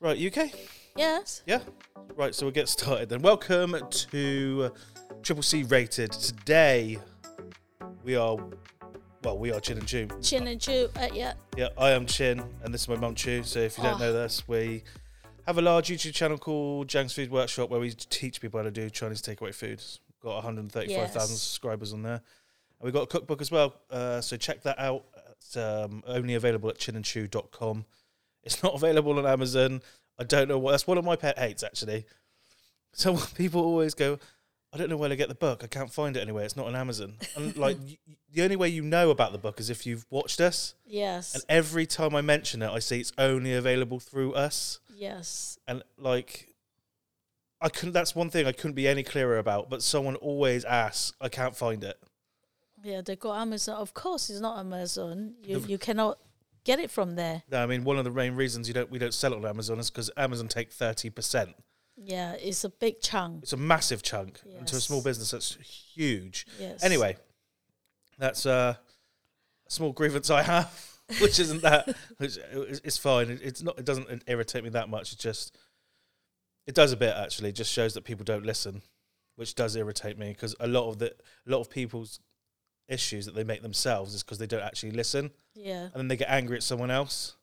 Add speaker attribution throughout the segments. Speaker 1: Right, UK?
Speaker 2: Yes.
Speaker 1: Yeah. Right, so we'll get started then. Welcome to Triple C Rated. Today, we are, well, we are Chin and Chew.
Speaker 2: Chin and chew. Uh, yeah.
Speaker 1: Yeah, I am Chin, and this is my mum Chew. So if you don't
Speaker 2: Oh.
Speaker 1: know this, we have a large YouTube channel called Jang's Food Workshop where we teach people how to do Chinese takeaway foods. Got 135,000
Speaker 2: Yes.
Speaker 1: subscribers on there. And we've got a cookbook as well. Uh, so check that out. It's um, only available at chinandchew.com. It's not available on Amazon. I don't know what. That's one of my pet hates, actually. So when people always go, I don't know where to get the book. I can't find it anywhere. It's not on Amazon. And like, y- y- the only way you know about the book is if you've watched us.
Speaker 2: Yes.
Speaker 1: And every time I mention it, I see it's only available through us.
Speaker 2: yes.
Speaker 1: And like, I couldn't. That's one thing I couldn't be any clearer about. But someone always asks, "I can't find it."
Speaker 2: Yeah, they got Amazon. Of course, it's not Amazon. You you cannot get it from there.
Speaker 1: No, I mean, one of the main reasons you don't we don't sell it on Amazon is because Amazon take thirty percent.
Speaker 2: Yeah, it's a big chunk.
Speaker 1: It's a massive chunk, and to a
Speaker 2: Yes.
Speaker 1: small business, that's huge.
Speaker 2: Yes.
Speaker 1: Anyway, that's uh, a small grievance I have, which isn't that. Which it's it's fine. It- It's not. It doesn't irritate me that much. It just it does a bit actually. It just shows that people don't listen, which does irritate me because a lot of the a lot of people's issues that they make themselves is because they don't actually listen, and
Speaker 2: Yeah.
Speaker 1: then they get angry at someone else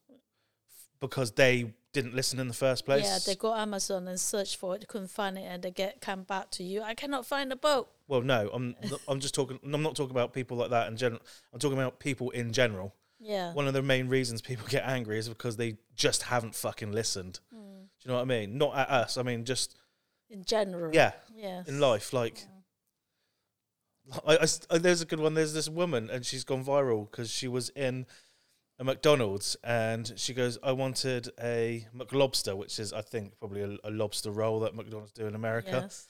Speaker 1: because they didn't listen in the first place.
Speaker 2: Yeah, they go Amazon and search for it, couldn't find it, and they get come back to you. I cannot find the boat.
Speaker 1: Well, no, I'm I'm just talking. I'm not talking about people like that in general. I'm talking about people in general.
Speaker 2: Yeah.
Speaker 1: one of the main reasons people get angry is because they just haven't fucking listened. Do you know what I mean? Not at us. I mean, just
Speaker 2: In general.
Speaker 1: yeah,
Speaker 2: Yes.
Speaker 1: in life. Like, I, I s- uh, there's a good one. There's this woman, and she's gone viral because she was in a McDonald's, and she goes, "I wanted a McLobster, which is, I think, probably a, a lobster roll that McDonald's do in America."
Speaker 2: Yes.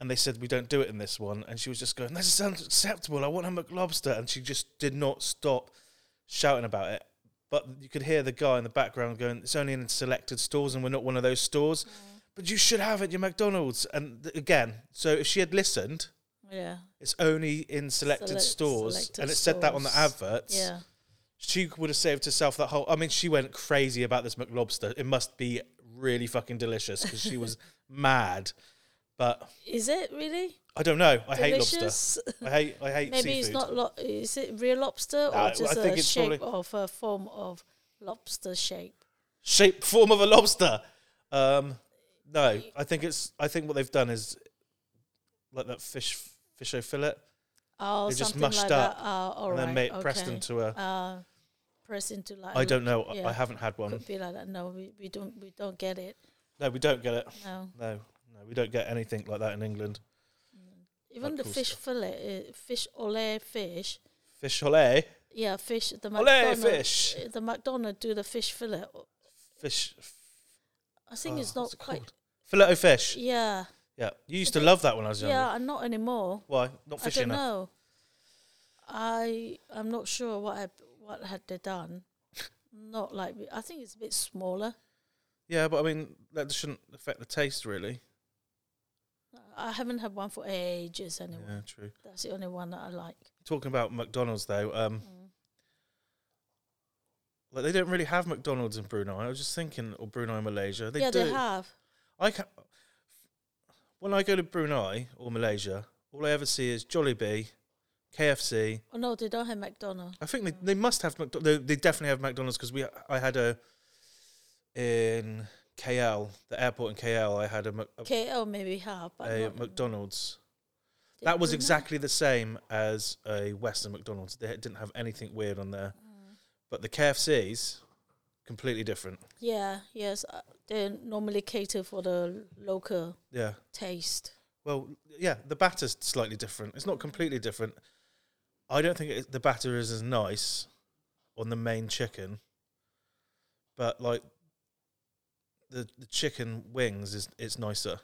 Speaker 1: And they said we don't do it in this one, and she was just going, "This is unacceptable. I want a McLobster," and she just did not stop shouting about it. But you could hear the guy in the background going, "It's only in selected stores, and we're not one of those stores."
Speaker 2: Mm.
Speaker 1: But you should have it, your McDonald's. And th- again, so if she had listened,
Speaker 2: Yeah.
Speaker 1: it's only in selected
Speaker 2: Select-
Speaker 1: stores,
Speaker 2: selected
Speaker 1: and it said that on the
Speaker 2: stores.
Speaker 1: adverts.
Speaker 2: Yeah.
Speaker 1: She would have saved herself that whole. I mean, she went crazy about this McLobster. It must be really fucking delicious because she was mad. But
Speaker 2: Is it really
Speaker 1: I don't know. I hate lobster.
Speaker 2: delicious?
Speaker 1: I hate I hate
Speaker 2: Maybe
Speaker 1: seafood.
Speaker 2: it's not. Lo- is it real lobster
Speaker 1: Nah,
Speaker 2: or
Speaker 1: I
Speaker 2: just
Speaker 1: think
Speaker 2: a
Speaker 1: it's
Speaker 2: shape
Speaker 1: probably-
Speaker 2: of a form of lobster shape?
Speaker 1: Shape form of a lobster. Um, no, I think it's I think what they've done is like that fish fish fillet
Speaker 2: Oh,
Speaker 1: They just
Speaker 2: something
Speaker 1: mushed
Speaker 2: like
Speaker 1: up
Speaker 2: that. Oh, all
Speaker 1: and
Speaker 2: right.
Speaker 1: then made,
Speaker 2: okay.
Speaker 1: pressed into a.
Speaker 2: Uh, pressed into like.
Speaker 1: I don't know.
Speaker 2: yeah.
Speaker 1: I haven't had one.
Speaker 2: Could be like that. No, we, we don't we don't get it.
Speaker 1: No, we don't get it.
Speaker 2: No,
Speaker 1: No, no, we don't get anything like that in England.
Speaker 2: even the
Speaker 1: cool
Speaker 2: fish fillet, uh, fish ole fish.
Speaker 1: Fish fillet,
Speaker 2: Yeah, fish. The
Speaker 1: Olé
Speaker 2: McDonald's,
Speaker 1: fish,
Speaker 2: uh, The McDonald do the fish fillet.
Speaker 1: fish
Speaker 2: I think
Speaker 1: Oh,
Speaker 2: it's not
Speaker 1: what's it
Speaker 2: quite.
Speaker 1: called? fillet o fish.
Speaker 2: Yeah,
Speaker 1: Yeah, you used to love that when I was younger.
Speaker 2: yeah, and not anymore.
Speaker 1: Why? Not
Speaker 2: I
Speaker 1: fish
Speaker 2: don't
Speaker 1: enough.
Speaker 2: know. I I'm not sure what I, what had they done. not like I think it's a bit smaller.
Speaker 1: Yeah, but I mean that shouldn't affect the taste really.
Speaker 2: I haven't had one for ages anyway.
Speaker 1: Yeah, true.
Speaker 2: That's the only one that I like.
Speaker 1: talking about McDonald's though, um, like they don't really have McDonald's in Brunei. I was just thinking, or Brunei Malaysia, they
Speaker 2: yeah,
Speaker 1: do.
Speaker 2: they have.
Speaker 1: I can When I go to Brunei or Malaysia, all I ever see is Jollibee, KFC.
Speaker 2: Oh no, they don't have McDonald's.
Speaker 1: I think they, they must have McDonald's. They, they definitely have McDonald's because we I had a in KL, the airport in KL. I had a, Mc- a,
Speaker 2: KL maybe have, but
Speaker 1: a
Speaker 2: not-
Speaker 1: McDonald's.
Speaker 2: did
Speaker 1: That was
Speaker 2: Brunei?
Speaker 1: exactly the same as a Western McDonald's. They didn't have anything weird on there. But the KFC's completely different.
Speaker 2: Yeah, yes, uh, they normally cater for the local
Speaker 1: Yeah.
Speaker 2: taste.
Speaker 1: Well, yeah, the batter's slightly different. It's not completely different. I don't think it, the batter is as nice on the main chicken, but like the the chicken wings is it's nicer.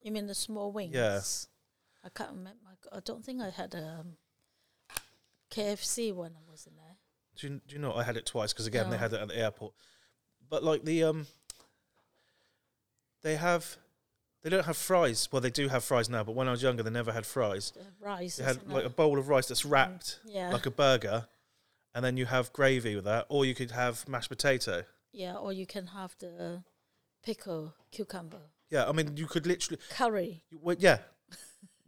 Speaker 2: You mean the small wings? I can't remember. I c- I don't think I had um, KFC when I was in there.
Speaker 1: Do you, do you know? I had it twice because again they
Speaker 2: No.
Speaker 1: had it at the airport. But like the um, they have, they don't have fries. Well, they do have fries now, but when I was younger, they never had fries.
Speaker 2: the rice.
Speaker 1: They had
Speaker 2: isn't
Speaker 1: like
Speaker 2: it?
Speaker 1: a bowl of rice that's wrapped
Speaker 2: yeah,
Speaker 1: like a burger, and then you have gravy with that, or you could have mashed potato.
Speaker 2: yeah, or you can have the pickle, cucumber,
Speaker 1: Yeah, I mean, you could literally,
Speaker 2: curry.
Speaker 1: you- well, yeah.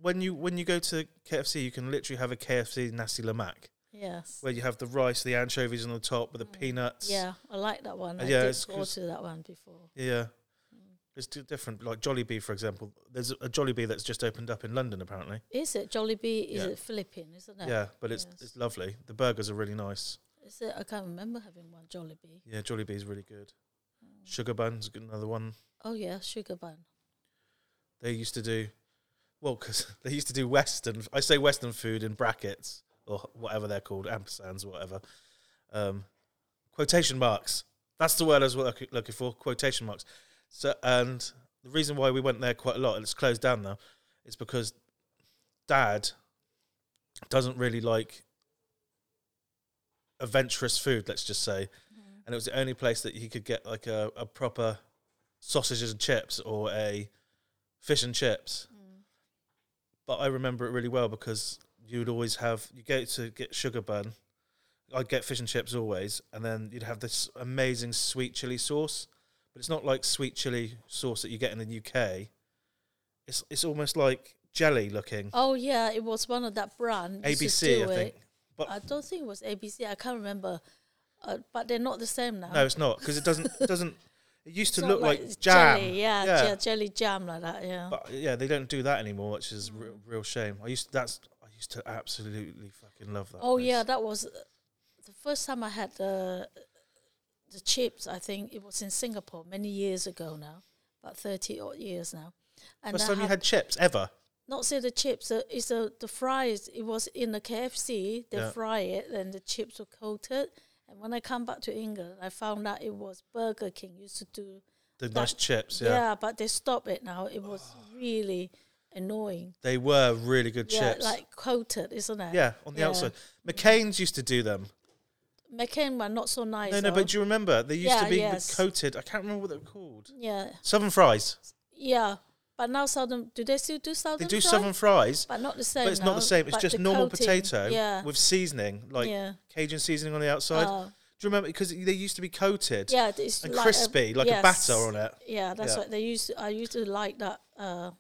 Speaker 1: When you when you go to KFC, you can literally have a KFC nasi lemak
Speaker 2: Yes.
Speaker 1: where you have the rice, the anchovies on the top with the peanuts.
Speaker 2: Mm. Yeah, I like that one.
Speaker 1: Uh,
Speaker 2: I
Speaker 1: yeah,
Speaker 2: did
Speaker 1: it's 'cause-
Speaker 2: order that one before.
Speaker 1: yeah.
Speaker 2: Mm.
Speaker 1: It's di- different. Like Jollibee, for example, there's a, a Jollibee that's just opened up in London, apparently.
Speaker 2: Is it Jollibee? Is
Speaker 1: Yeah.
Speaker 2: it Philippine? Isn't it?
Speaker 1: yeah, but it's
Speaker 2: Oh, yes.
Speaker 1: it's lovely. The burgers are really nice.
Speaker 2: Is it? I can't remember having one Jollibee.
Speaker 1: Yeah, Jollibee's really good.
Speaker 2: Mm.
Speaker 1: Sugar Bun's got another one.
Speaker 2: Oh yeah, sugar bun.
Speaker 1: They used to do, well, 'cause they used to do Western. I say Western food in brackets or whatever they're called, ampersands, whatever. Um, quotation marks. That's the word I was look- looking for. Quotation marks. So, and the reason why we went there quite a lot, and it's closed down now, is because Dad doesn't really like adventurous food. Let's just say, and it was the only place that he could get like a, a proper sausages and chips or a fish and chips. But I remember it really well because you would always have you go to get sugar bun. I'd get fish and chips always, and then you'd have this amazing sweet chili sauce. But it's not like sweet chili sauce that you get in the UK. It's it's almost like jelly looking.
Speaker 2: Oh yeah, it was one of that brand. used to
Speaker 1: ABC, I
Speaker 2: do
Speaker 1: think.
Speaker 2: it.
Speaker 1: But
Speaker 2: I don't think it was ABC. I can't remember. Uh, but they're not the same now.
Speaker 1: no, it's not because it doesn't it doesn't. It used
Speaker 2: It's
Speaker 1: to
Speaker 2: not
Speaker 1: look like,
Speaker 2: it's
Speaker 1: jam.
Speaker 2: Jelly, yeah,
Speaker 1: yeah.
Speaker 2: je- jelly jam like that. Yeah.
Speaker 1: But yeah, they don't do that anymore, which is a real,
Speaker 2: Mm.
Speaker 1: real shame. I used that's I used to absolutely fucking love that.
Speaker 2: oh
Speaker 1: place.
Speaker 2: yeah, that was uh, the first time I had the the chips. I think it was in Singapore many years ago now, about thirty odd years now. And
Speaker 1: First
Speaker 2: I
Speaker 1: time you had chips ever?
Speaker 2: not say the chips. Uh, it's the the fries. It was in the KFC. They
Speaker 1: Yeah.
Speaker 2: fry it, then the chips were coated. And when I come back to England, I found out it was Burger King used to do.
Speaker 1: The nice chips, yeah.
Speaker 2: Yeah, but they stopped it now. It was really annoying.
Speaker 1: They were really good
Speaker 2: Yeah,
Speaker 1: chips.
Speaker 2: like coated, isn't it?
Speaker 1: yeah, on the outside. McCain's used to do them.
Speaker 2: McCain were not so nice.
Speaker 1: No, no,
Speaker 2: though.
Speaker 1: but do you remember? They used
Speaker 2: Yeah,
Speaker 1: to be
Speaker 2: yes.
Speaker 1: coated. I can't remember what they were called.
Speaker 2: yeah,
Speaker 1: Southern fries.
Speaker 2: yeah. But now southern, do they still do southern?
Speaker 1: They do
Speaker 2: fry?
Speaker 1: southern fries,
Speaker 2: but not the same.
Speaker 1: but it's not
Speaker 2: now,
Speaker 1: the same. It's
Speaker 2: but
Speaker 1: just
Speaker 2: the
Speaker 1: normal
Speaker 2: coating,
Speaker 1: potato
Speaker 2: Yeah,
Speaker 1: with seasoning, like
Speaker 2: Yeah.
Speaker 1: Cajun seasoning on the outside.
Speaker 2: Oh.
Speaker 1: do you remember? Because they used to be coated
Speaker 2: yeah, it's
Speaker 1: and
Speaker 2: like
Speaker 1: crispy, like a batter on it.
Speaker 2: Yeah, that's
Speaker 1: Yeah.
Speaker 2: what they used. I used to like that uh,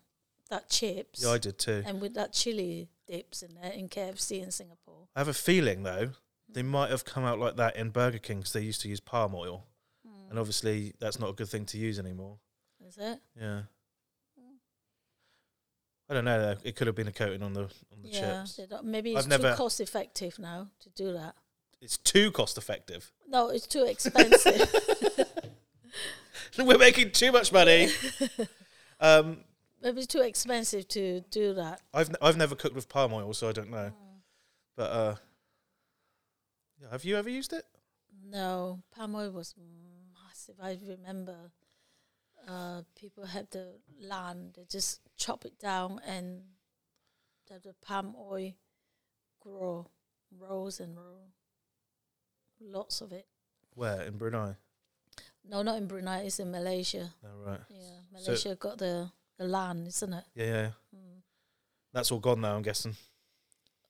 Speaker 2: that chips,
Speaker 1: Yeah, I did too.
Speaker 2: and with that chili dips in there in KFC in Singapore.
Speaker 1: I have a feeling though
Speaker 2: Mm.
Speaker 1: they might have come out like that in Burger King because they used to use palm oil, and obviously that's not a good thing to use anymore.
Speaker 2: Is it?
Speaker 1: Yeah. I don't know though. It could have been a coating on the on the
Speaker 2: yeah,
Speaker 1: chips.
Speaker 2: they don't- maybe
Speaker 1: I've
Speaker 2: it's
Speaker 1: never-
Speaker 2: too cost effective now to do that.
Speaker 1: It's too cost effective.
Speaker 2: No, it's too expensive.
Speaker 1: We're making too much money. um,
Speaker 2: maybe it's too expensive to do that. Mm.
Speaker 1: I've n- I've never cooked with palm oil, so I don't know. But uh, yeah, have you ever used it?
Speaker 2: No, palm oil was massive. I remember uh, people had the land, they just chop it down and let the palm oil grow, rows and row. Lots of it.
Speaker 1: Where in Brunei?
Speaker 2: No, not in Brunei, it's in Malaysia.
Speaker 1: Oh, right.
Speaker 2: Yeah,
Speaker 1: So-
Speaker 2: Malaysia got the, the land, isn't it? Mm.
Speaker 1: Yeah, yeah. That's all gone now. I'm guessing.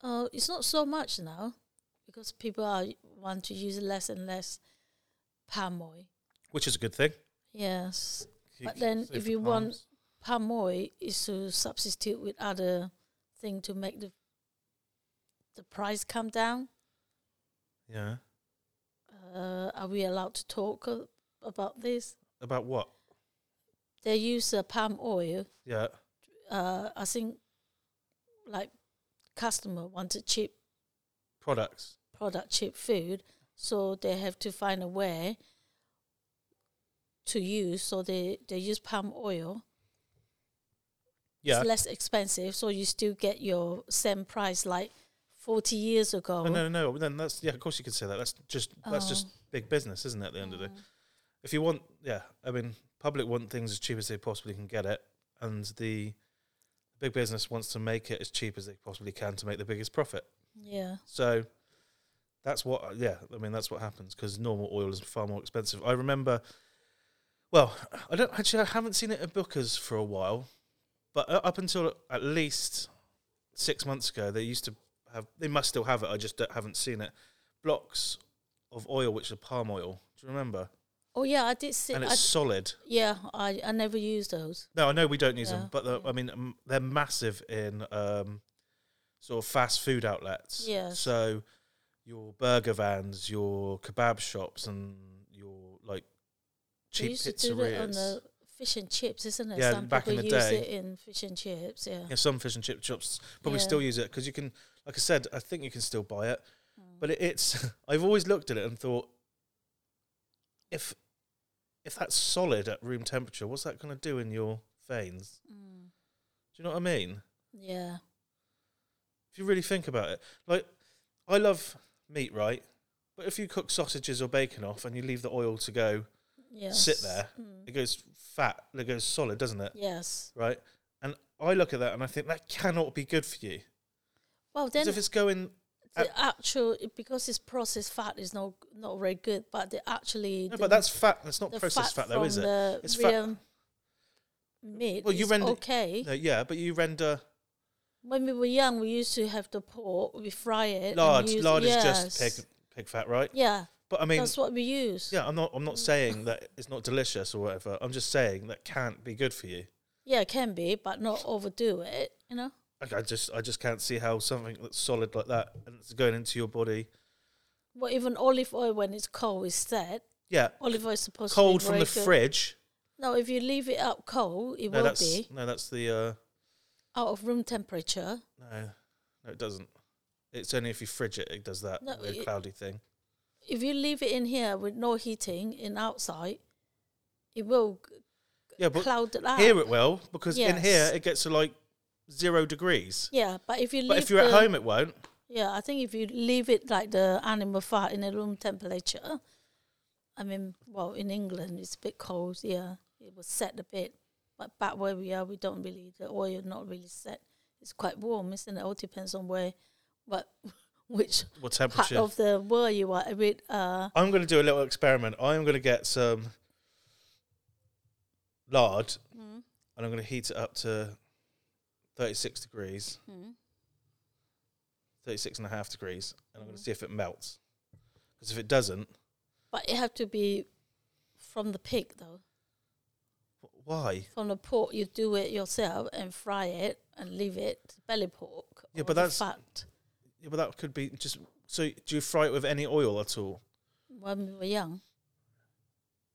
Speaker 2: Uh, it's not so much now because people are want to use less and less palm oil.
Speaker 1: Which is a good thing.
Speaker 2: Yes.
Speaker 1: You
Speaker 2: But
Speaker 1: can
Speaker 2: then
Speaker 1: save
Speaker 2: if
Speaker 1: the
Speaker 2: you want
Speaker 1: palms.
Speaker 2: palm oil is to substitute with other thing to make the the price come down.
Speaker 1: yeah.
Speaker 2: Uh, are we allowed to talk a- about this?
Speaker 1: About what?
Speaker 2: They use uh, palm oil.
Speaker 1: Yeah.
Speaker 2: Uh, I think like customer wanted cheap
Speaker 1: Products.
Speaker 2: product, cheap food, so they have to find a way to use. So they they use palm oil.
Speaker 1: Yeah. Oh,
Speaker 2: It's less expensive, so you still get your same price like forty years ago.
Speaker 1: No, no, no. Then that's yeah. Of course, you could say that. That's just that's just
Speaker 2: Oh.
Speaker 1: big business, isn't it? At the end of the
Speaker 2: Mm.
Speaker 1: day, if you want, yeah. I mean, public want things as cheap as they possibly can get it, and the big business wants to make it as cheap as they possibly can to make the biggest profit.
Speaker 2: Yeah.
Speaker 1: So that's what, uh, yeah, I mean, that's what happens because normal oil is far more expensive. I remember, well, I don't actually, I haven't seen it at Booker's for a while, but u- up until at least six months ago, they used to have, they must still have it. I just don't, haven't seen it. Blocks of oil, which are palm oil. Do you remember?
Speaker 2: Oh yeah, I did see.
Speaker 1: and
Speaker 2: I,
Speaker 1: it's solid.
Speaker 2: yeah, I, I never used those.
Speaker 1: No, I know we don't use
Speaker 2: Yeah,
Speaker 1: them, but the,
Speaker 2: yeah.
Speaker 1: I mean um, they're massive in um, sort of fast food outlets.
Speaker 2: Yes.
Speaker 1: So your burger vans, your kebab shops, and your like
Speaker 2: They
Speaker 1: cheap
Speaker 2: used to do that on
Speaker 1: pizzerias.
Speaker 2: the fish and chips, isn't it?
Speaker 1: Yeah,
Speaker 2: Some
Speaker 1: back in
Speaker 2: people
Speaker 1: the
Speaker 2: use
Speaker 1: day.
Speaker 2: it in fish and chips. Yeah.
Speaker 1: yeah, some fish and chip shops probably
Speaker 2: Yeah.
Speaker 1: still use it because you can, like I said, I think you can still buy it.
Speaker 2: Mm.
Speaker 1: But it, it's I've always looked at it and thought, if if that's solid at room temperature, what's that going to do in your veins?
Speaker 2: Mm.
Speaker 1: Do you know what I mean?
Speaker 2: Yeah.
Speaker 1: if you really think about it. Like, I love meat, right? But if you cook sausages or bacon off and you leave the oil to go,
Speaker 2: Yes.
Speaker 1: sit there,
Speaker 2: Mm.
Speaker 1: it goes fat, it goes solid, doesn't it?
Speaker 2: Yes.
Speaker 1: Right? And I look at that and I think that cannot be good for you.
Speaker 2: Well,
Speaker 1: 'Cause
Speaker 2: then
Speaker 1: if it's going,
Speaker 2: the actual because it's processed fat is not not very good, but they actually
Speaker 1: no,
Speaker 2: the-
Speaker 1: but that's fat. That's not
Speaker 2: the
Speaker 1: processed fat, though, is
Speaker 2: from
Speaker 1: it?
Speaker 2: The
Speaker 1: It's fat-
Speaker 2: real meat.
Speaker 1: Well, you
Speaker 2: is
Speaker 1: render-
Speaker 2: okay.
Speaker 1: No, yeah, but you render
Speaker 2: When we were young, we used to have the pork. We fry it. and
Speaker 1: lard.
Speaker 2: use-
Speaker 1: Lard
Speaker 2: yes.
Speaker 1: is just pig, pig fat, right?
Speaker 2: Yeah,
Speaker 1: But I mean,
Speaker 2: that's what we use.
Speaker 1: yeah, I'm not. I'm not saying that it's not delicious or whatever. I'm just saying that can't be good for you.
Speaker 2: Yeah, it can be, but not overdo it. You know.
Speaker 1: like I just I just can't see how something that's solid like that and it's going into your body.
Speaker 2: Well, even olive oil when it's cold is dead.
Speaker 1: Yeah,
Speaker 2: Olive oil is supposed
Speaker 1: cold
Speaker 2: to be
Speaker 1: from
Speaker 2: very
Speaker 1: the
Speaker 2: good.
Speaker 1: fridge.
Speaker 2: No, if you leave it out cold, it
Speaker 1: No,
Speaker 2: will
Speaker 1: that's
Speaker 2: be
Speaker 1: no, that's the uh,
Speaker 2: out of room temperature.
Speaker 1: no, no, it doesn't. It's only if you fridge it it does that
Speaker 2: No,
Speaker 1: weird
Speaker 2: it-
Speaker 1: cloudy thing.
Speaker 2: If you leave it in here with no heating in outside, it will
Speaker 1: Yeah, but
Speaker 2: cloud it out.
Speaker 1: here it will because in here
Speaker 2: Yes.
Speaker 1: it gets to like zero degrees.
Speaker 2: yeah, but if you leave
Speaker 1: But if you're at
Speaker 2: the-
Speaker 1: home, it won't.
Speaker 2: Yeah, I think if you leave it like the animal fat in a room temperature, I mean, well, in England it's a bit cold. Yeah, it was set a bit, but back where we are, we don't really the oil not really set. It's quite warm, isn't it? All depends on where, what, which
Speaker 1: What
Speaker 2: part
Speaker 1: temperature?
Speaker 2: of the world you are. With uh,
Speaker 1: I'm going to do a little experiment. I'm going to get some lard and I'm going to heat it up to 36 degrees, 36 and a half degrees, and I'm
Speaker 2: Mm.
Speaker 1: going to see if it melts. Because if it doesn't,
Speaker 2: but it have to be from the pig though.
Speaker 1: wh- why?
Speaker 2: From the pork, you do it yourself and fry it and leave it belly pork.
Speaker 1: Yeah,
Speaker 2: or
Speaker 1: but
Speaker 2: the
Speaker 1: that's-
Speaker 2: fat.
Speaker 1: Yeah, but that could be just. So do you fry it with any oil at all?
Speaker 2: When we were young,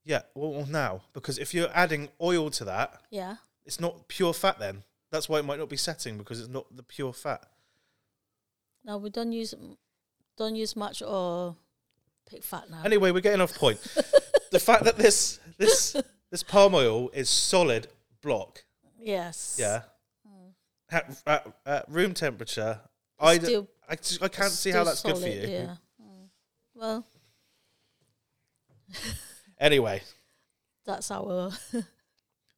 Speaker 1: Yeah, well, well, now. Because if you're adding oil to that,
Speaker 2: yeah.
Speaker 1: it's not pure fat then. That's why it might not be setting because it's not the pure fat.
Speaker 2: No, we don't use m- don't use much or pig fat now.
Speaker 1: Anyway, we're getting off point. the fact that this this this palm oil is solid block,
Speaker 2: yes. Mm.
Speaker 1: yeah, at, at, at room temperature, I, d-
Speaker 2: still-
Speaker 1: I just- I can't see how
Speaker 2: Still
Speaker 1: that's good for
Speaker 2: solid,
Speaker 1: you.
Speaker 2: Yeah. Mm. Well,
Speaker 1: Anyway,
Speaker 2: that's our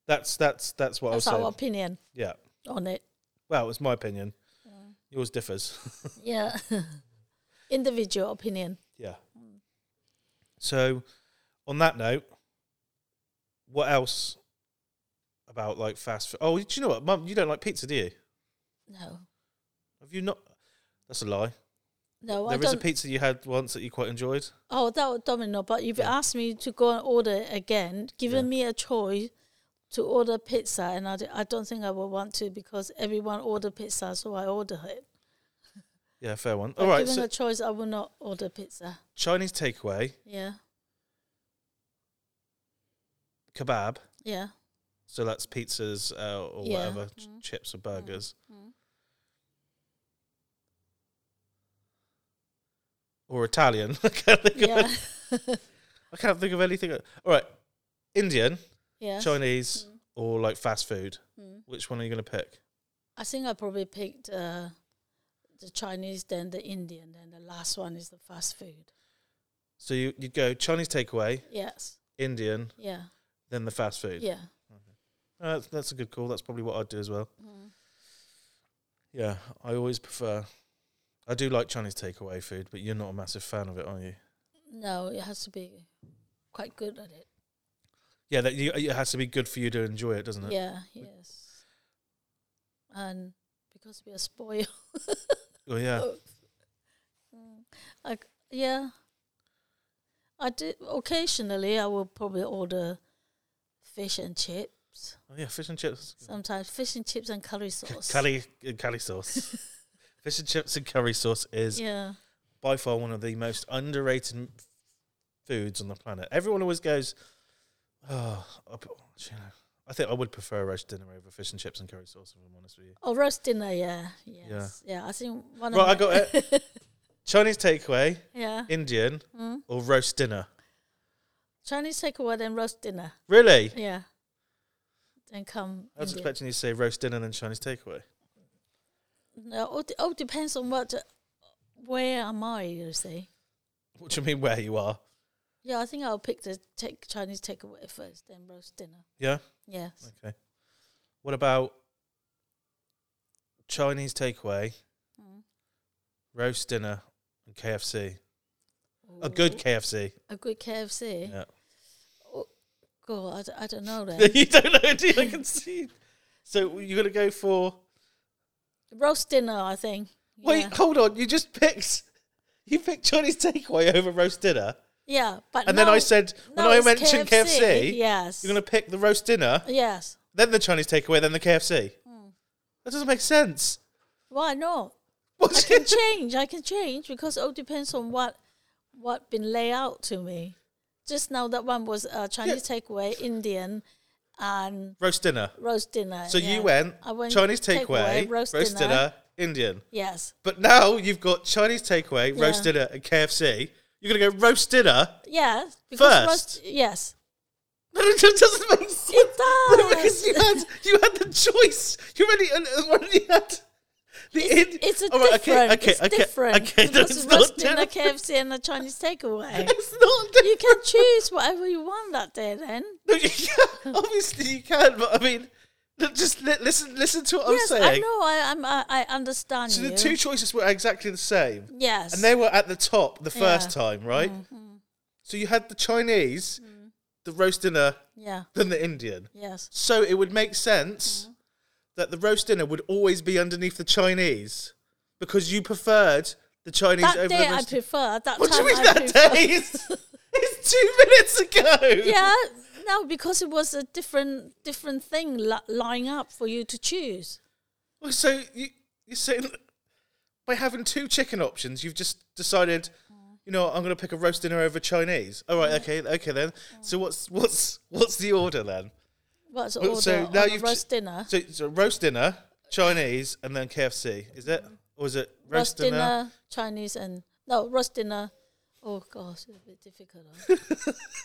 Speaker 1: that's that's that's what
Speaker 2: that's
Speaker 1: I was
Speaker 2: our
Speaker 1: saying.
Speaker 2: opinion
Speaker 1: Yeah.
Speaker 2: on it.
Speaker 1: Well, it's my opinion. Yours differs.
Speaker 2: Yeah. Individual opinion.
Speaker 1: yeah.
Speaker 2: Hmm.
Speaker 1: So, on that note, what else about like fast food? Oh, do you know what, Mum? You don't like pizza, do you?
Speaker 2: No.
Speaker 1: Have you not? That's a lie.
Speaker 2: No,
Speaker 1: There
Speaker 2: Oh, I
Speaker 1: is a
Speaker 2: don't.
Speaker 1: pizza you had once that you quite enjoyed.
Speaker 2: oh, that was Domino. But if you
Speaker 1: Yeah.
Speaker 2: asked me to go and order again, given
Speaker 1: Yeah.
Speaker 2: me a choice to order pizza, and I, d- I don't think I would want to because everyone order pizza, so I order it.
Speaker 1: Yeah, fair one.
Speaker 2: But
Speaker 1: All right,
Speaker 2: given
Speaker 1: so
Speaker 2: a choice, I would not order pizza.
Speaker 1: Chinese takeaway,
Speaker 2: Yeah.
Speaker 1: kebab.
Speaker 2: Yeah.
Speaker 1: So that's pizzas uh, or
Speaker 2: Yeah.
Speaker 1: whatever, ch-
Speaker 2: Mm.
Speaker 1: chips or burgers,
Speaker 2: Mm.
Speaker 1: or Italian. I can't think of.
Speaker 2: Yeah.
Speaker 1: I can't think of anything. All right, Indian,
Speaker 2: yeah.
Speaker 1: Chinese, or like fast food.
Speaker 2: Mm.
Speaker 1: Which one are you going to pick?
Speaker 2: I think I probably picked uh, the Chinese, then the Indian, then the last one is the fast food.
Speaker 1: So you you go Chinese takeaway,
Speaker 2: Yes.
Speaker 1: Indian,
Speaker 2: Yeah.
Speaker 1: then the fast food.
Speaker 2: Yeah.
Speaker 1: Uh, that's, that's a good call. That's probably what I'd do as well.
Speaker 2: Mm.
Speaker 1: Yeah, I always prefer. I do like Chinese takeaway food, but you're not a massive fan of it, are you?
Speaker 2: No, it has to be quite good at it.
Speaker 1: Yeah, that you, it has to be good for you to enjoy it, doesn't it?
Speaker 2: Yeah. Yes. And because we are spoiled. Oh.
Speaker 1: Well, yeah.
Speaker 2: Mm. I c yeah. I did occasionally. I will probably order fish and chips.
Speaker 1: Oh yeah, fish and chips,
Speaker 2: Sometimes fish and chips and curry sauce.
Speaker 1: curry, uh, curry sauce. fish and chips and curry sauce is
Speaker 2: Yeah.
Speaker 1: by far one of the most underrated m- foods on the planet. Everyone always goes, "Oh, I p- you know, I think I would prefer roast dinner over fish and chips and curry sauce." If I'm honest with you,
Speaker 2: Oh, roast dinner. Yeah. Yes. Yeah. I think one.
Speaker 1: Right, I
Speaker 2: of my-
Speaker 1: got
Speaker 2: it.
Speaker 1: Chinese takeaway,
Speaker 2: yeah.
Speaker 1: Indian,
Speaker 2: Mm.
Speaker 1: or roast dinner.
Speaker 2: Chinese takeaway then roast dinner.
Speaker 1: Really?
Speaker 2: Yeah. Then come.
Speaker 1: I was
Speaker 2: Indian.
Speaker 1: expecting you to say roast dinner and Chinese takeaway.
Speaker 2: No, all, de- all depends on what, where am I? You see.
Speaker 1: What do you mean where you are?
Speaker 2: Yeah, I think I'll pick the take Chinese takeaway first, then roast dinner.
Speaker 1: Yeah.
Speaker 2: Yes.
Speaker 1: Okay. What about Chinese takeaway,
Speaker 2: Mm.
Speaker 1: roast dinner, and KFC? A good
Speaker 2: Ooh,
Speaker 1: KFC.
Speaker 2: a good KFC.
Speaker 1: Yeah.
Speaker 2: God, I d- I don't know then.
Speaker 1: you don't know, do you? I can see. So you're gonna go for
Speaker 2: roast dinner, I think.
Speaker 1: wait.
Speaker 2: yeah.
Speaker 1: Hold on, you just picked you picked Chinese takeaway over roast dinner,
Speaker 2: Yeah, but
Speaker 1: and then I
Speaker 2: now-
Speaker 1: said when
Speaker 2: now
Speaker 1: I
Speaker 2: it's
Speaker 1: mentioned KFC,
Speaker 2: yes, Uh,
Speaker 1: you're gonna pick the roast dinner,
Speaker 2: yes.
Speaker 1: then the Chinese takeaway, then the KFC.
Speaker 2: Hmm.
Speaker 1: That doesn't make sense.
Speaker 2: Why not? I
Speaker 1: What's
Speaker 2: can change. I can change because it all depends on what what been laid out to me. Just now, that one was uh, Chinese takeaway, Indian, and
Speaker 1: roast dinner?
Speaker 2: roast dinner.
Speaker 1: So
Speaker 2: Uh, yeah.
Speaker 1: you went,
Speaker 2: I went
Speaker 1: Chinese takeaway, roast, dinner. Indian.
Speaker 2: Yes.
Speaker 1: But now you've got Chinese takeaway, roast
Speaker 2: Yeah.
Speaker 1: dinner, and KFC. You're gonna go roast dinner.
Speaker 2: Yes. because
Speaker 1: First.
Speaker 2: roast- yes.
Speaker 1: That just doesn't make sense.
Speaker 2: It
Speaker 1: because you
Speaker 2: does.
Speaker 1: had you had the choice. You already uh, already had the in.
Speaker 2: It's a
Speaker 1: All right,
Speaker 2: different.
Speaker 1: Okay, okay,
Speaker 2: it's
Speaker 1: okay,
Speaker 2: different.
Speaker 1: okay.
Speaker 2: because
Speaker 1: That's
Speaker 2: it's
Speaker 1: not
Speaker 2: roast dinner,
Speaker 1: different.
Speaker 2: KFC, and a Chinese takeaway.
Speaker 1: It's not different.
Speaker 2: you can choose whatever you want that day. Then
Speaker 1: No, you can. Obviously, you can, but I mean, look, just li- listen. Listen to what
Speaker 2: yes,
Speaker 1: I'm
Speaker 2: I
Speaker 1: saying.
Speaker 2: know. I I'm, I, I understand
Speaker 1: So
Speaker 2: you.
Speaker 1: the two choices were exactly the same.
Speaker 2: yes,
Speaker 1: And they were at the top the first
Speaker 2: Yeah. Mm-hmm.
Speaker 1: time, right? So you had the Chinese, the roast dinner,
Speaker 2: yeah,
Speaker 1: then the Indian.
Speaker 2: yes,
Speaker 1: So it would make sense
Speaker 2: Mm-hmm.
Speaker 1: that the roast dinner would always be underneath the Chinese because you preferred the Chinese over
Speaker 2: that
Speaker 1: the
Speaker 2: day I
Speaker 1: roast.
Speaker 2: prefer. That
Speaker 1: What do
Speaker 2: time
Speaker 1: you mean
Speaker 2: I
Speaker 1: that
Speaker 2: prefer.
Speaker 1: day? It's, it's two minutes ago.
Speaker 2: Yeah, no, because it was a different different thing li- lying up for you to choose.
Speaker 1: Well, So you, you're saying that by having two chicken options, you've just decided,
Speaker 2: Mm.
Speaker 1: you know, I'm going to pick a roast dinner over Chinese. All right, okay, okay
Speaker 2: Mm.
Speaker 1: then. So what's what's what's the order then?
Speaker 2: What's
Speaker 1: Well,
Speaker 2: order
Speaker 1: so
Speaker 2: on
Speaker 1: now
Speaker 2: a
Speaker 1: you've ch-
Speaker 2: roast dinner?
Speaker 1: So, so roast dinner, Chinese, and then KFC. Is it or is it roast,
Speaker 2: Mm. roast
Speaker 1: dinner?
Speaker 2: dinner, Chinese, and no roast dinner. Oh gosh, it's a bit difficult. huh?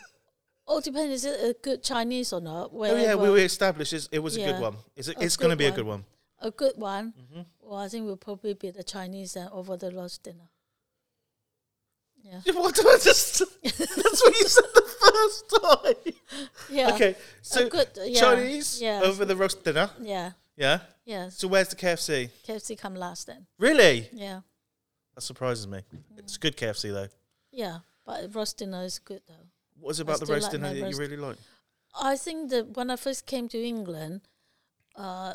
Speaker 2: All depends. Is it a good Chinese or not?
Speaker 1: Oh yeah, we,
Speaker 2: Wherever-
Speaker 1: we established it's, it was a
Speaker 2: Yeah.
Speaker 1: good one. It's a,
Speaker 2: A
Speaker 1: it's going to
Speaker 2: good
Speaker 1: be a
Speaker 2: one.
Speaker 1: good one.
Speaker 2: a good one.
Speaker 1: Mm-hmm.
Speaker 2: Well, I think we'll probably be the Chinese then over the roast dinner. Yeah,
Speaker 1: What do I just? That's what you said the first
Speaker 2: yeah,
Speaker 1: time. Okay, so
Speaker 2: good- yeah,
Speaker 1: Chinese
Speaker 2: yeah.
Speaker 1: over the roast dinner.
Speaker 2: yeah,
Speaker 1: Yeah.
Speaker 2: yes.
Speaker 1: So where's the KFC?
Speaker 2: KFC come last then.
Speaker 1: Really?
Speaker 2: Yeah,
Speaker 1: That surprises me. It's good KFC though.
Speaker 2: yeah, but roast dinner is good though.
Speaker 1: What was it about the
Speaker 2: still
Speaker 1: roast
Speaker 2: like
Speaker 1: dinner
Speaker 2: my
Speaker 1: that
Speaker 2: roast-
Speaker 1: you really like?
Speaker 2: I think that when I first came to England, uh,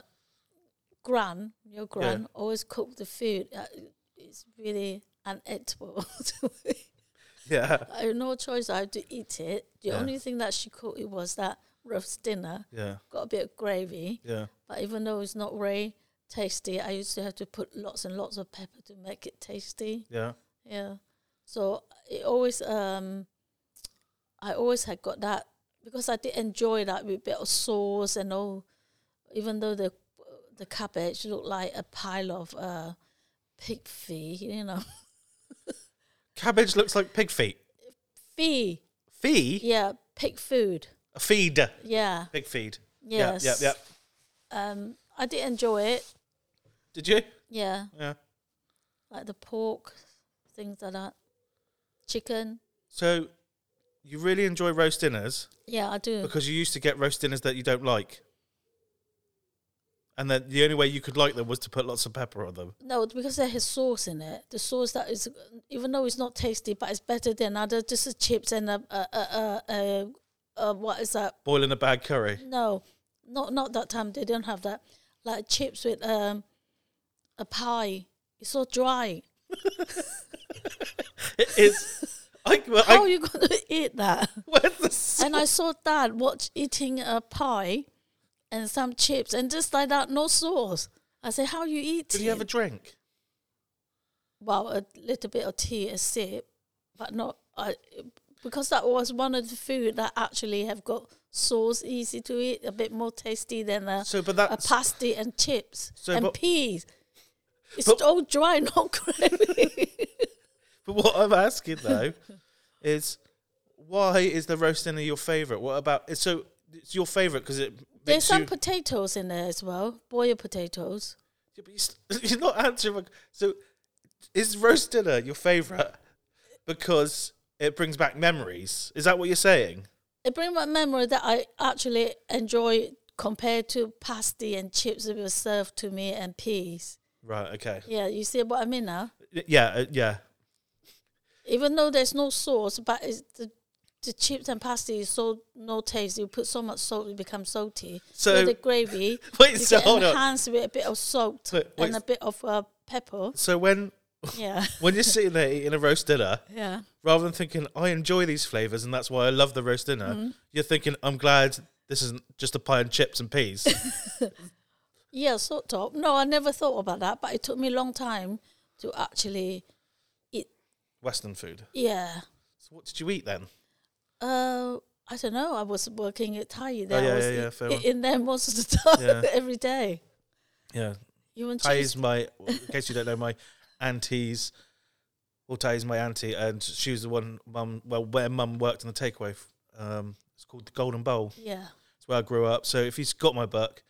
Speaker 2: Gran, your Gran, always cooked the food. Uh, it's really uneatable to me.
Speaker 1: Yeah,
Speaker 2: I had no choice. I had to eat it. The
Speaker 1: Yeah.
Speaker 2: only thing that she cooked it was that roast dinner.
Speaker 1: yeah,
Speaker 2: Got a bit of gravy,
Speaker 1: yeah.
Speaker 2: but even though it's not very tasty, I used to have to put lots and lots of pepper to make it tasty.
Speaker 1: Yeah.
Speaker 2: Yeah. So it always um I always had got that because I did enjoy that with bit of sauce and all even though the the cabbage looked like a pile of uh pig fee, you know.
Speaker 1: Cabbage looks like pig feet.
Speaker 2: Fee.
Speaker 1: Fee?
Speaker 2: Yeah, pig food.
Speaker 1: A feed.
Speaker 2: Yeah.
Speaker 1: Pig feed.
Speaker 2: Yes.
Speaker 1: Yeah, yeah, yeah.
Speaker 2: Um I did enjoy it.
Speaker 1: Did you?
Speaker 2: Yeah.
Speaker 1: Yeah.
Speaker 2: Like the pork, things like that. Chicken.
Speaker 1: So you really enjoy roast dinners
Speaker 2: Yeah, I do.
Speaker 1: because you used to get roast dinners that you don't like. And that the only way you could like them was to put lots of pepper on them.
Speaker 2: No, it's because there has sauce in it. The sauce that is, even though it's not tasty, but it's better than other just a chips and a a a, a, a, a what is that?
Speaker 1: Boil in a bag curry.
Speaker 2: No, not not that time. They don't have that. Like chips with um a pie. It's so dry.
Speaker 1: It is. I, well,
Speaker 2: How are
Speaker 1: I,
Speaker 2: you going to eat that?
Speaker 1: where's the s-
Speaker 2: and I saw Dad watch eating a pie and some chips and just like that, no sauce. I said, "How you eat?"
Speaker 1: Did he have a drink?
Speaker 2: well, a little bit of tea, a sip, but not I, because that was one of the food that actually have got sauce, easy to eat, a bit more tasty than a,
Speaker 1: So, but
Speaker 2: a
Speaker 1: that's
Speaker 2: pasty and chips
Speaker 1: So,
Speaker 2: and
Speaker 1: but-
Speaker 2: peas. It's
Speaker 1: but-
Speaker 2: all dry, not gravy.
Speaker 1: But what I'm asking though is why is the roast dinner your favourite? What about so it's your favourite because it makes
Speaker 2: There's
Speaker 1: you,
Speaker 2: some potatoes in there as well, boiled potatoes.
Speaker 1: Yeah, but you st- you're not answering. My, so is roast dinner your favourite because it brings back memories? Is that what you're saying?
Speaker 2: It brings back memory that I actually enjoy compared to pasty and chips that were served to me and peas.
Speaker 1: Right. Okay.
Speaker 2: Yeah, you see what I mean now?
Speaker 1: Y- Yeah. uh, Yeah.
Speaker 2: even though there's no sauce, but it's the the chips and pasty is so no taste. You put so much salt, it becomes salty.
Speaker 1: So-
Speaker 2: With the gravy,
Speaker 1: Wait,
Speaker 2: you
Speaker 1: so
Speaker 2: get
Speaker 1: hold on.
Speaker 2: enhanced with a bit of salt
Speaker 1: Wait, wait.
Speaker 2: and a bit of uh, pepper.
Speaker 1: So when
Speaker 2: Yeah,
Speaker 1: when you're sitting there eating a roast dinner,
Speaker 2: yeah,
Speaker 1: rather than thinking I enjoy these flavors and that's why I love the roast dinner, you're thinking I'm glad this isn't just a pie and chips and peas.
Speaker 2: yeah. Salt top. No, I never thought about that, but it took me a long time to actually.
Speaker 1: Western food.
Speaker 2: Yeah.
Speaker 1: So what did you eat then?
Speaker 2: Uh, I don't know. I was working at Thai. There,
Speaker 1: Oh, yeah,
Speaker 2: I was
Speaker 1: yeah, yeah,
Speaker 2: eat-
Speaker 1: fair one.
Speaker 2: eating there most of the time,
Speaker 1: Yeah.
Speaker 2: every day.
Speaker 1: Yeah,
Speaker 2: You want
Speaker 1: Thai
Speaker 2: cheese?
Speaker 1: is my. In case you don't know, my auntie's. Well, Thai is my auntie, and she was the one mum. Well, where mum worked in the takeaway. f- Um, it's called the Golden Bowl.
Speaker 2: Yeah.
Speaker 1: It's where I grew up. So if you've got my book,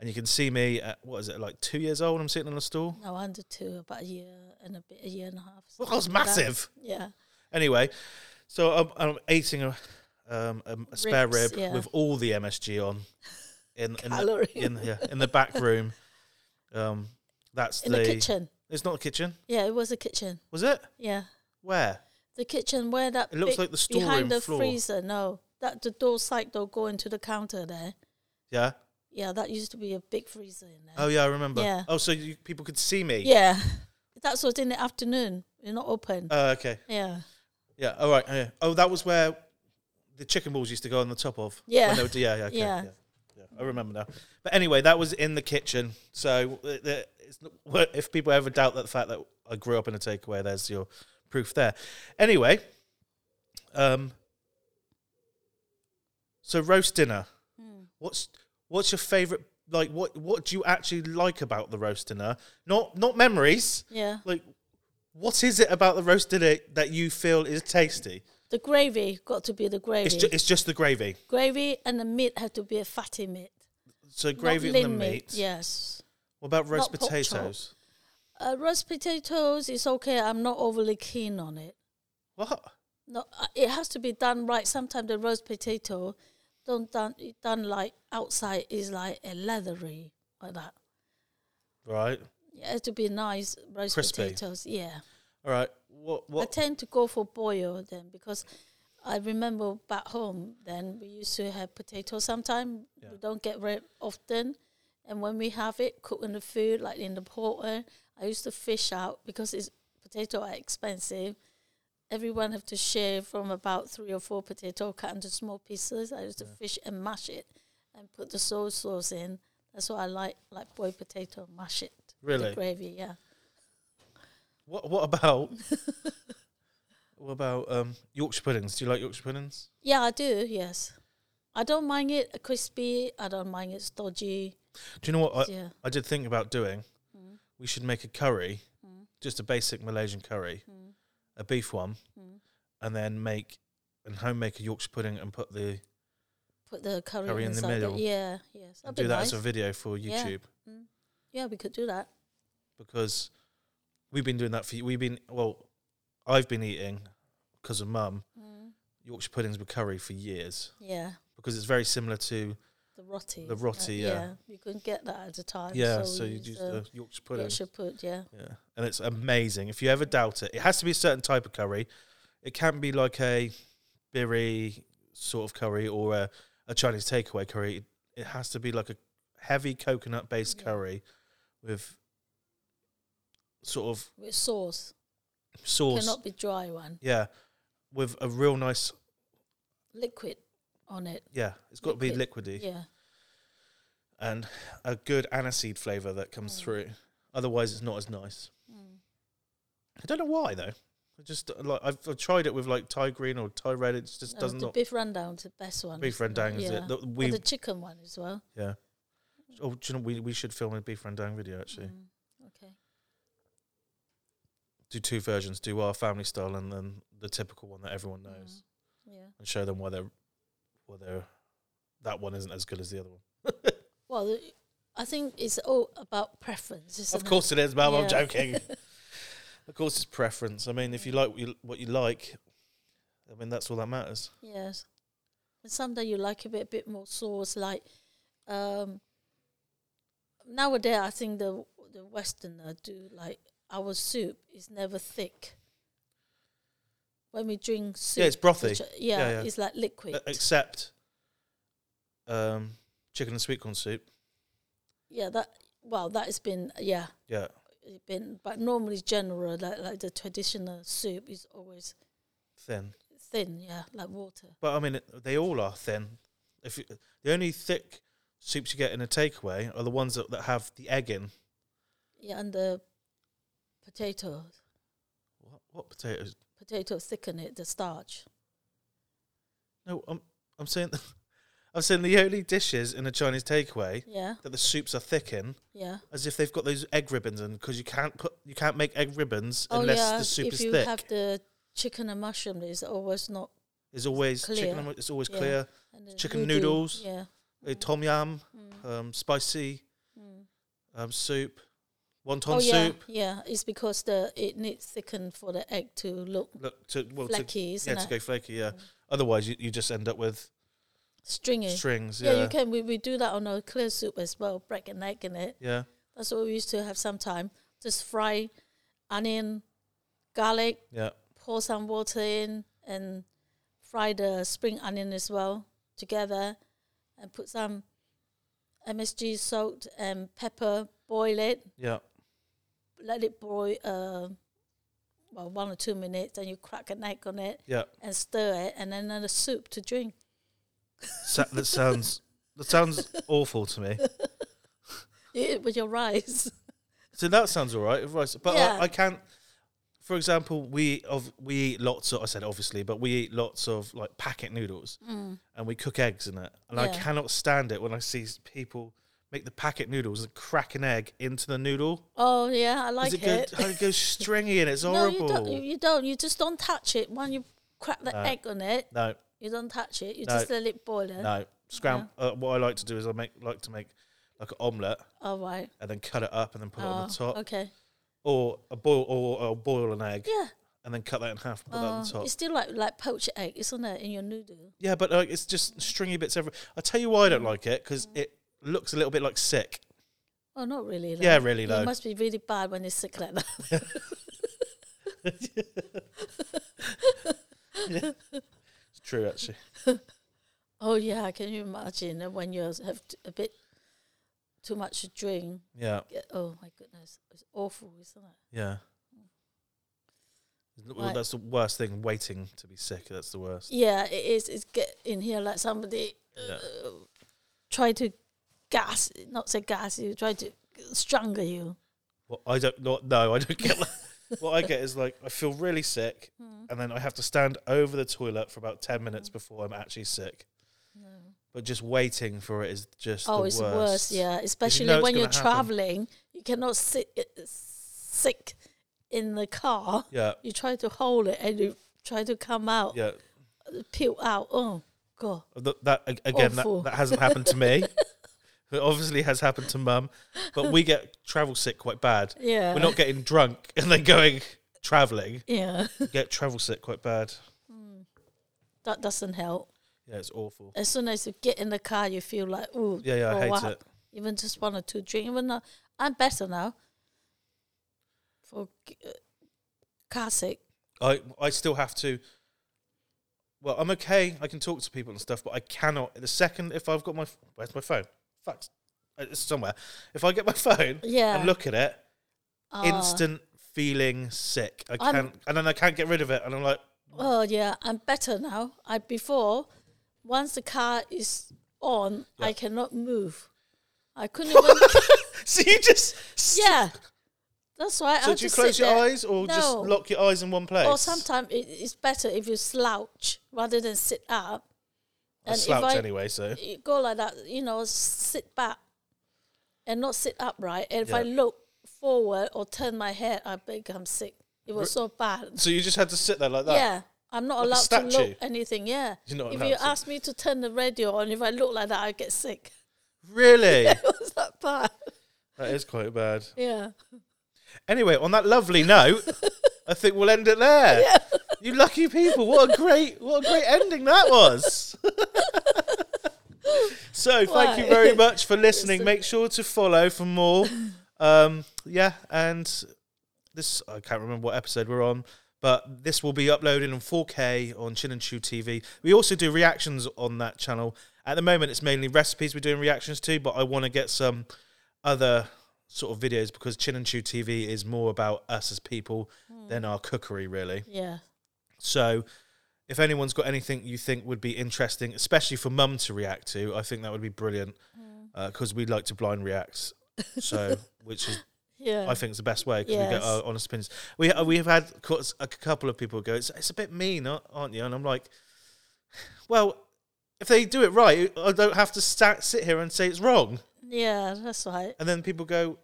Speaker 1: and you can see me at what is it like two years old, and I'm sitting on a stool.
Speaker 2: No, under two, about a year and a bit, a year and a half.
Speaker 1: Well, Oh, I was
Speaker 2: something like that.
Speaker 1: massive.
Speaker 2: Yeah.
Speaker 1: Anyway, so I'm, I'm eating a, um, a, a spare
Speaker 2: Ribs,
Speaker 1: rib
Speaker 2: yeah.
Speaker 1: with all the MSG on in in the,
Speaker 2: Calorie.
Speaker 1: in, yeah, in the back room. Um, that's
Speaker 2: In
Speaker 1: the,
Speaker 2: the kitchen.
Speaker 1: It's not a kitchen,
Speaker 2: Yeah, it was a kitchen.
Speaker 1: was it?
Speaker 2: Yeah.
Speaker 1: Where?
Speaker 2: The kitchen where that
Speaker 1: It looks
Speaker 2: big-
Speaker 1: like the storeroom
Speaker 2: behind the
Speaker 1: floor.
Speaker 2: freezer, no. That the door side door going to the counter there.
Speaker 1: Yeah.
Speaker 2: Yeah, that used to be a big freezer in there.
Speaker 1: Oh yeah, I remember.
Speaker 2: Yeah.
Speaker 1: Oh, so you, people could see me.
Speaker 2: Yeah. That's what's in the afternoon. You're not open.
Speaker 1: Oh, okay.
Speaker 2: yeah.
Speaker 1: Yeah. All right. Yeah. Oh, that was where the chicken balls used to go on the top of.
Speaker 2: Yeah.
Speaker 1: When they were, yeah. Yeah, okay, yeah.
Speaker 2: Yeah.
Speaker 1: yeah. I remember now. But anyway, that was in the kitchen. So uh, the- it's not, well, if people ever doubt that the fact that I grew up in a takeaway, there's your proof there. Anyway, um, so roast dinner.
Speaker 2: Hmm.
Speaker 1: What's what's your favorite? Like what what do you actually like about the roast dinner? Not not memories.
Speaker 2: Yeah.
Speaker 1: like what is it about the roast dinner that you feel is tasty
Speaker 2: The gravy got to be the gravy.
Speaker 1: it's, ju- it's just the gravy
Speaker 2: gravy and the meat had to be a fatty meat.
Speaker 1: so
Speaker 2: not
Speaker 1: gravy and the
Speaker 2: lean
Speaker 1: meat
Speaker 2: Yes.
Speaker 1: what about roast
Speaker 2: Not pork chop.
Speaker 1: potatoes
Speaker 2: Uh, roast potatoes is okay. I'm not overly keen on it.
Speaker 1: what
Speaker 2: No, uh, it has to be done right. Sometimes the roast potato, don't done it done like outside is like a leathery like that.
Speaker 1: right
Speaker 2: It has to be nice roast
Speaker 1: Crispy.
Speaker 2: potatoes. Yeah,
Speaker 1: all right what
Speaker 2: I
Speaker 1: what
Speaker 2: tend to go for boiled then because I remember back home then we used to have potatoes. Sometimes we don't get very often, and when we have it, cooking the food like in the porter, I used to fish out because it's potato are expensive. everyone have to share from about three or four potato cut into small pieces. I used to fish and mash it and put the soy sauce in. That's what I like, like boiled potato, mash it. with
Speaker 1: Really?
Speaker 2: The gravy, yeah.
Speaker 1: what what about what about um yorkshire puddings do you like yorkshire puddings
Speaker 2: Yeah, I do, yes. I don't mind it crispy. I don't mind it stodgy.
Speaker 1: do you know what i,
Speaker 2: Yeah. Mm.
Speaker 1: I did think about doing we should make a curry
Speaker 2: Hmm.
Speaker 1: just a basic malaysian curry a beef one
Speaker 2: Hmm.
Speaker 1: and then make and homemade a yorkshire pudding and put the
Speaker 2: Put the curry,
Speaker 1: Curry in the
Speaker 2: inside. it.
Speaker 1: middle.
Speaker 2: Yeah, yes. That'd
Speaker 1: and
Speaker 2: be
Speaker 1: do that
Speaker 2: nice.
Speaker 1: as a video for youtube
Speaker 2: Yeah. yeah, we could do that.
Speaker 1: because we've been doing that for we've been well i've been eating because of mum yorkshire puddings with curry for years
Speaker 2: Yeah.
Speaker 1: because it's very similar to
Speaker 2: The roti.
Speaker 1: The
Speaker 2: uh,
Speaker 1: roti, yeah.
Speaker 2: You couldn't get that at the time.
Speaker 1: yeah
Speaker 2: so,
Speaker 1: so
Speaker 2: we
Speaker 1: you
Speaker 2: use
Speaker 1: use
Speaker 2: the
Speaker 1: the yorkshire pudding
Speaker 2: Yorkshire pud, yeah.
Speaker 1: yeah and it's amazing if you ever doubt it it has to be a certain type of curry it can be like a birry sort of curry or a, a chinese takeaway curry it has to be like a heavy coconut based
Speaker 2: Yeah.
Speaker 1: curry with sort of
Speaker 2: With sauce.
Speaker 1: sauce
Speaker 2: Cannot be dry one.
Speaker 1: Yeah. with a real nice.
Speaker 2: liquid on it.
Speaker 1: Yeah, it's got to be
Speaker 2: Liquid.
Speaker 1: liquidy
Speaker 2: Yeah.
Speaker 1: and a good aniseed flavour that comes
Speaker 2: Mm.
Speaker 1: through. Otherwise, it's not as nice.
Speaker 2: Mm.
Speaker 1: I don't know why though. I just uh, like I've, I've tried it with like Thai green or Thai red. It just
Speaker 2: No,
Speaker 1: does
Speaker 2: Uh, the
Speaker 1: not.
Speaker 2: beef rundown's the best one.
Speaker 1: Beef rendang is it?
Speaker 2: Yeah.
Speaker 1: The,
Speaker 2: Or
Speaker 1: we
Speaker 2: the chicken one as well.
Speaker 1: yeah. Oh, do you know we we should film a beef rendang video actually.
Speaker 2: Mm. Okay.
Speaker 1: Do two versions. Do our family style and then the typical one that everyone knows,
Speaker 2: Mm. Yeah.
Speaker 1: and show them why they're why they're that one isn't as good as the other one.
Speaker 2: Well, the- I think it's all about preference. Isn't
Speaker 1: Of course it is, Mum. I'm
Speaker 2: Yeah.
Speaker 1: joking. of course, it's preference. I mean, if you like what you, what you like, I mean that's all that matters.
Speaker 2: It? Yes. And sometimes you like a bit, bit more sauce. Like um, nowadays, I think the the Westerner do like our soup is never thick. When we drink soup,
Speaker 1: Yeah, it's brothy.
Speaker 2: which- uh, yeah,
Speaker 1: Yeah, yeah.
Speaker 2: it's like liquid.
Speaker 1: Uh, Except, um, chicken and sweet corn soup.
Speaker 2: yeah, that well, that has been yeah.
Speaker 1: Yeah,
Speaker 2: it been but normally general like like the traditional soup is always
Speaker 1: thin.
Speaker 2: thin yeah like water
Speaker 1: But I mean, it- they all are thin. If you, the only thick soups you get in a takeaway are the ones that, that have the egg in.
Speaker 2: yeah and the potatoes
Speaker 1: What, what potatoes?
Speaker 2: potatoes thicken it the starch
Speaker 1: No, I'm I'm saying I'm saying the only dishes in a Chinese takeaway
Speaker 2: yeah
Speaker 1: that the soups are thick in,
Speaker 2: yeah
Speaker 1: as if they've got those egg ribbons in, because you can't put you can't make egg ribbons
Speaker 2: oh
Speaker 1: unless
Speaker 2: yeah
Speaker 1: the soup
Speaker 2: if
Speaker 1: is
Speaker 2: you
Speaker 1: thick.
Speaker 2: have the chicken and mushroom it's always not
Speaker 1: it's always
Speaker 2: clear.
Speaker 1: chicken. and mu- It's always
Speaker 2: Yeah.
Speaker 1: clear.
Speaker 2: and the
Speaker 1: Chicken
Speaker 2: noodle,
Speaker 1: noodles.
Speaker 2: yeah
Speaker 1: Uh, Tom yam,
Speaker 2: Mm,
Speaker 1: um, spicy
Speaker 2: mm.
Speaker 1: um, soup, wonton
Speaker 2: oh yeah
Speaker 1: soup.
Speaker 2: yeah it's because the it needs thicken for the egg to look
Speaker 1: Look Oh, to well to
Speaker 2: flaky
Speaker 1: Yeah,
Speaker 2: isn't
Speaker 1: to
Speaker 2: it
Speaker 1: go flaky, yeah. Otherwise, you, you just end up with
Speaker 2: stringy
Speaker 1: strings,
Speaker 2: yeah.
Speaker 1: yeah.
Speaker 2: you can we, we do that on our clear soup as well break and egg in it
Speaker 1: Yeah,
Speaker 2: That's what we used to have sometime. Just fry onion, garlic,
Speaker 1: yeah.
Speaker 2: pour some water in, and fry the spring onion as well together, and put some MSG salt and pepper. Boil it,
Speaker 1: Yeah,
Speaker 2: let it boil uh, well one or two minutes. Then you crack an egg on it
Speaker 1: yeah.
Speaker 2: and stir it, and then another soup to drink.
Speaker 1: Sa- that sounds that sounds awful to me.
Speaker 2: You eat it with your rice.
Speaker 1: So that sounds all right, with rice. But
Speaker 2: Yeah.
Speaker 1: I, I can't. For example, we of we eat lots of. I said obviously, but we eat lots of like packet noodles, and we cook eggs in it. And I
Speaker 2: Mm. Yeah.
Speaker 1: cannot stand it when I see s- people make the packet noodles and crack an egg into the noodle.
Speaker 2: Oh yeah, I like
Speaker 1: it, go- it goes stringy and it's horrible.
Speaker 2: No, you don't. You, you don't. You just don't touch it. When you crack the
Speaker 1: No.
Speaker 2: egg on it,
Speaker 1: no,
Speaker 2: you don't touch it. You
Speaker 1: No.
Speaker 2: just let it boil. It.
Speaker 1: No, scram. Uh, what I like to do is I make like to make like an omelette
Speaker 2: All right.
Speaker 1: and then cut it up and then put it on
Speaker 2: Oh,
Speaker 1: the top,
Speaker 2: Okay.
Speaker 1: or a boil or I'll boil an egg
Speaker 2: Yeah.
Speaker 1: and then cut that in half and put that
Speaker 2: Uh,
Speaker 1: on top.
Speaker 2: it's still like like poached egg, isn't it? In your noodle.
Speaker 1: Yeah, but like it's just stringy bits everywhere. I tell you why I don't
Speaker 2: Mm.
Speaker 1: like it because it looks a little bit like sick.
Speaker 2: Oh, not really. Though.
Speaker 1: Yeah, really
Speaker 2: It
Speaker 1: though.
Speaker 2: must be really bad when it's sick like that.
Speaker 1: It's true actually.
Speaker 2: oh yeah, can you imagine uh, when you have t- a bit too much to drink?
Speaker 1: Yeah,
Speaker 2: Yeah, Oh my goodness, it's awful, isn't it?
Speaker 1: yeah. Well,
Speaker 2: Right.
Speaker 1: That's the worst thing. Waiting to be sick. That's the worst.
Speaker 2: Yeah, it is. It's get in here like somebody
Speaker 1: Yeah.
Speaker 2: uh, try to gas, not say gas you, try to strangle you.
Speaker 1: Well, I don't not no, I don't get that. what I get is like I feel really sick
Speaker 2: Hmm.
Speaker 1: and then I have to stand over the toilet for about ten minutes before I'm actually sick. But just waiting for it is just
Speaker 2: Oh,
Speaker 1: the
Speaker 2: it's
Speaker 1: worst.
Speaker 2: worse, yeah. Especially
Speaker 1: know it's
Speaker 2: when
Speaker 1: gonna
Speaker 2: you're
Speaker 1: happen.
Speaker 2: traveling, you cannot sit uh, sick in the car.
Speaker 1: Yeah.
Speaker 2: You try to hold it and you try to come out,
Speaker 1: Yeah.
Speaker 2: peel out. Oh god,
Speaker 1: Th- That ag- again that,
Speaker 2: Awful.
Speaker 1: that hasn't happened to me. It obviously has happened to mum. But we get travel sick quite bad.
Speaker 2: yeah.
Speaker 1: We're not getting drunk and then going travelling.
Speaker 2: yeah,
Speaker 1: We get travel sick quite bad.
Speaker 2: that doesn't help.
Speaker 1: Yeah, it's awful.
Speaker 2: As soon as you get in the car, you feel like oh
Speaker 1: Yeah, yeah, I hate it.
Speaker 2: Even just one or two drinks. Even though I'm better now. For uh, car sick,
Speaker 1: I I still have to. Well, I'm okay. I can talk to people and stuff, but I cannot. The second if I've got my f- where's my phone? Fuck, Uh, it's somewhere. If I get my phone
Speaker 2: yeah.
Speaker 1: and look at it,
Speaker 2: Ah.
Speaker 1: instant feeling sick. I
Speaker 2: I'm-
Speaker 1: can't, and then I can't get rid of it. And I'm like,
Speaker 2: Oh yeah, I'm better now. I before, once the car is on, I cannot move. I couldn't even.
Speaker 1: So you just
Speaker 2: yeah, that's why.
Speaker 1: So
Speaker 2: I
Speaker 1: do you
Speaker 2: just
Speaker 1: close
Speaker 2: sit
Speaker 1: your
Speaker 2: there.
Speaker 1: eyes or just
Speaker 2: No.
Speaker 1: lock your eyes in one place?
Speaker 2: Or sometimes it, it's better if you slouch rather than sit up.
Speaker 1: I slouch anyway, so
Speaker 2: you go like that, you know, sit back and not sit upright. And if I
Speaker 1: Yeah.
Speaker 2: look forward or turn my head, I become sick. It was so bad.
Speaker 1: so you just had to sit there like that.
Speaker 2: Yeah. I'm not
Speaker 1: Like a
Speaker 2: allowed to
Speaker 1: statue.
Speaker 2: look anything. Yeah.
Speaker 1: You're not
Speaker 2: if
Speaker 1: allowed
Speaker 2: you
Speaker 1: to.
Speaker 2: ask me to turn the radio on, if I look like that, I get sick.
Speaker 1: Really,
Speaker 2: It was that bad.
Speaker 1: that is quite bad.
Speaker 2: Yeah.
Speaker 1: Anyway, on that lovely note, I think we'll end it there. You lucky people! What a great, what a great ending that was. so, thank you
Speaker 2: Why?
Speaker 1: very much for listening.
Speaker 2: Listen.
Speaker 1: Make sure to follow for more. Um, yeah, and this I can't remember what episode we're on, but this will be uploaded in 4K on Chin and Chew TV. We also do reactions on that channel. At the moment, it's mainly recipes we're doing reactions to, but I want to get some other sort of videos because Chin and Chew TV is more about us as people than our cookery, really.
Speaker 2: Yeah.
Speaker 1: So, if anyone's got anything you think would be interesting, especially for mum to react to, I think that would be brilliant because we like to blind react. So, which is
Speaker 2: Yeah.
Speaker 1: I think is the best way because we get
Speaker 2: Yes.
Speaker 1: our honest opinions. We we have had co- a couple of people go, it's, it's a bit mean, a- aren't you? And I'm like, well, if they do it right, I don't have to sta sit here and say it's wrong.
Speaker 2: yeah, that's right.
Speaker 1: And then people go,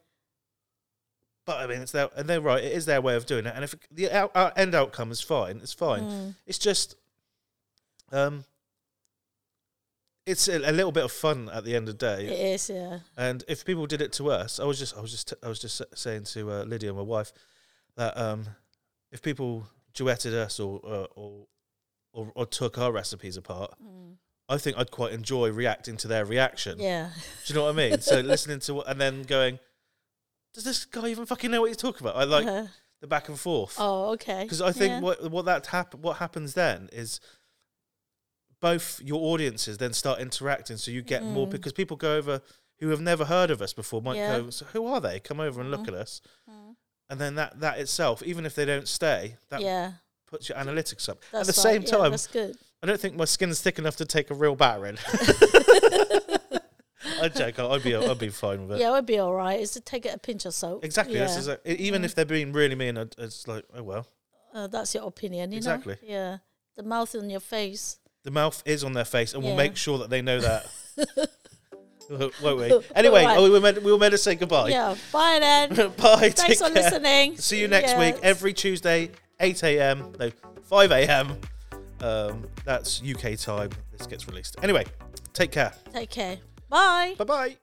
Speaker 1: but I mean, it's their and they're right. It is their way of doing it. And if it- the out, out, end outcome is fine, it's fine.
Speaker 2: Mm.
Speaker 1: It's just, um, it's a, a little bit of fun at the end of the day.
Speaker 2: It is, yeah.
Speaker 1: And if people did it to us, I was just, I was just, I was just sa- saying to uh, Lydia, my wife, that um, if people duetted us or uh, or, or or took our recipes apart, I think I'd quite enjoy reacting to their reaction.
Speaker 2: Mm. Yeah.
Speaker 1: Do you know what I mean? so listening to what, and then going, does this guy even fucking know what he's talking about? I like
Speaker 2: Uh,
Speaker 1: the back and forth
Speaker 2: oh, okay.
Speaker 1: because I think
Speaker 2: Yeah.
Speaker 1: what what that hap- what happens then is both your audiences then start interacting, so you get more because people go over who have never heard of us before might
Speaker 2: Mm-hmm. Yeah. Mm-hmm.
Speaker 1: go, so who are they? Come over and look at us,
Speaker 2: Mm.
Speaker 1: and then that that itself, even if they don't stay, that
Speaker 2: yeah.
Speaker 1: puts your analytics up.
Speaker 2: That's
Speaker 1: At the same
Speaker 2: right. yeah,
Speaker 1: time,
Speaker 2: that's good.
Speaker 1: I don't think my skin's thick enough to take a real battering. I joke. I'd be I'd be fine with it.
Speaker 2: yeah, it would be all right. It's to take it a pinch of salt.
Speaker 1: Exactly.
Speaker 2: Yeah. Mm.
Speaker 1: That's exactly. e-, Even if they're being really mean, I'd- it's like, oh well.
Speaker 2: uh, that's your opinion, you
Speaker 1: Exactly.
Speaker 2: know? Yeah. The mouth on your face.
Speaker 1: The mouth is on their face, and we'll
Speaker 2: Yeah.
Speaker 1: make sure that they know that. Won't we? Anyway,
Speaker 2: Right.
Speaker 1: oh, we, were meant, we were meant to say goodbye.
Speaker 2: Yeah. Bye then.
Speaker 1: Bye.
Speaker 2: Thanks
Speaker 1: take
Speaker 2: for
Speaker 1: care.
Speaker 2: listening.
Speaker 1: See you next week,
Speaker 2: Yes.
Speaker 1: every Tuesday, 8 a.m. No, 5 a.m. Um, that's UK time. This gets released. Anyway, take care.
Speaker 2: Take care. Bye.
Speaker 1: Bye bye.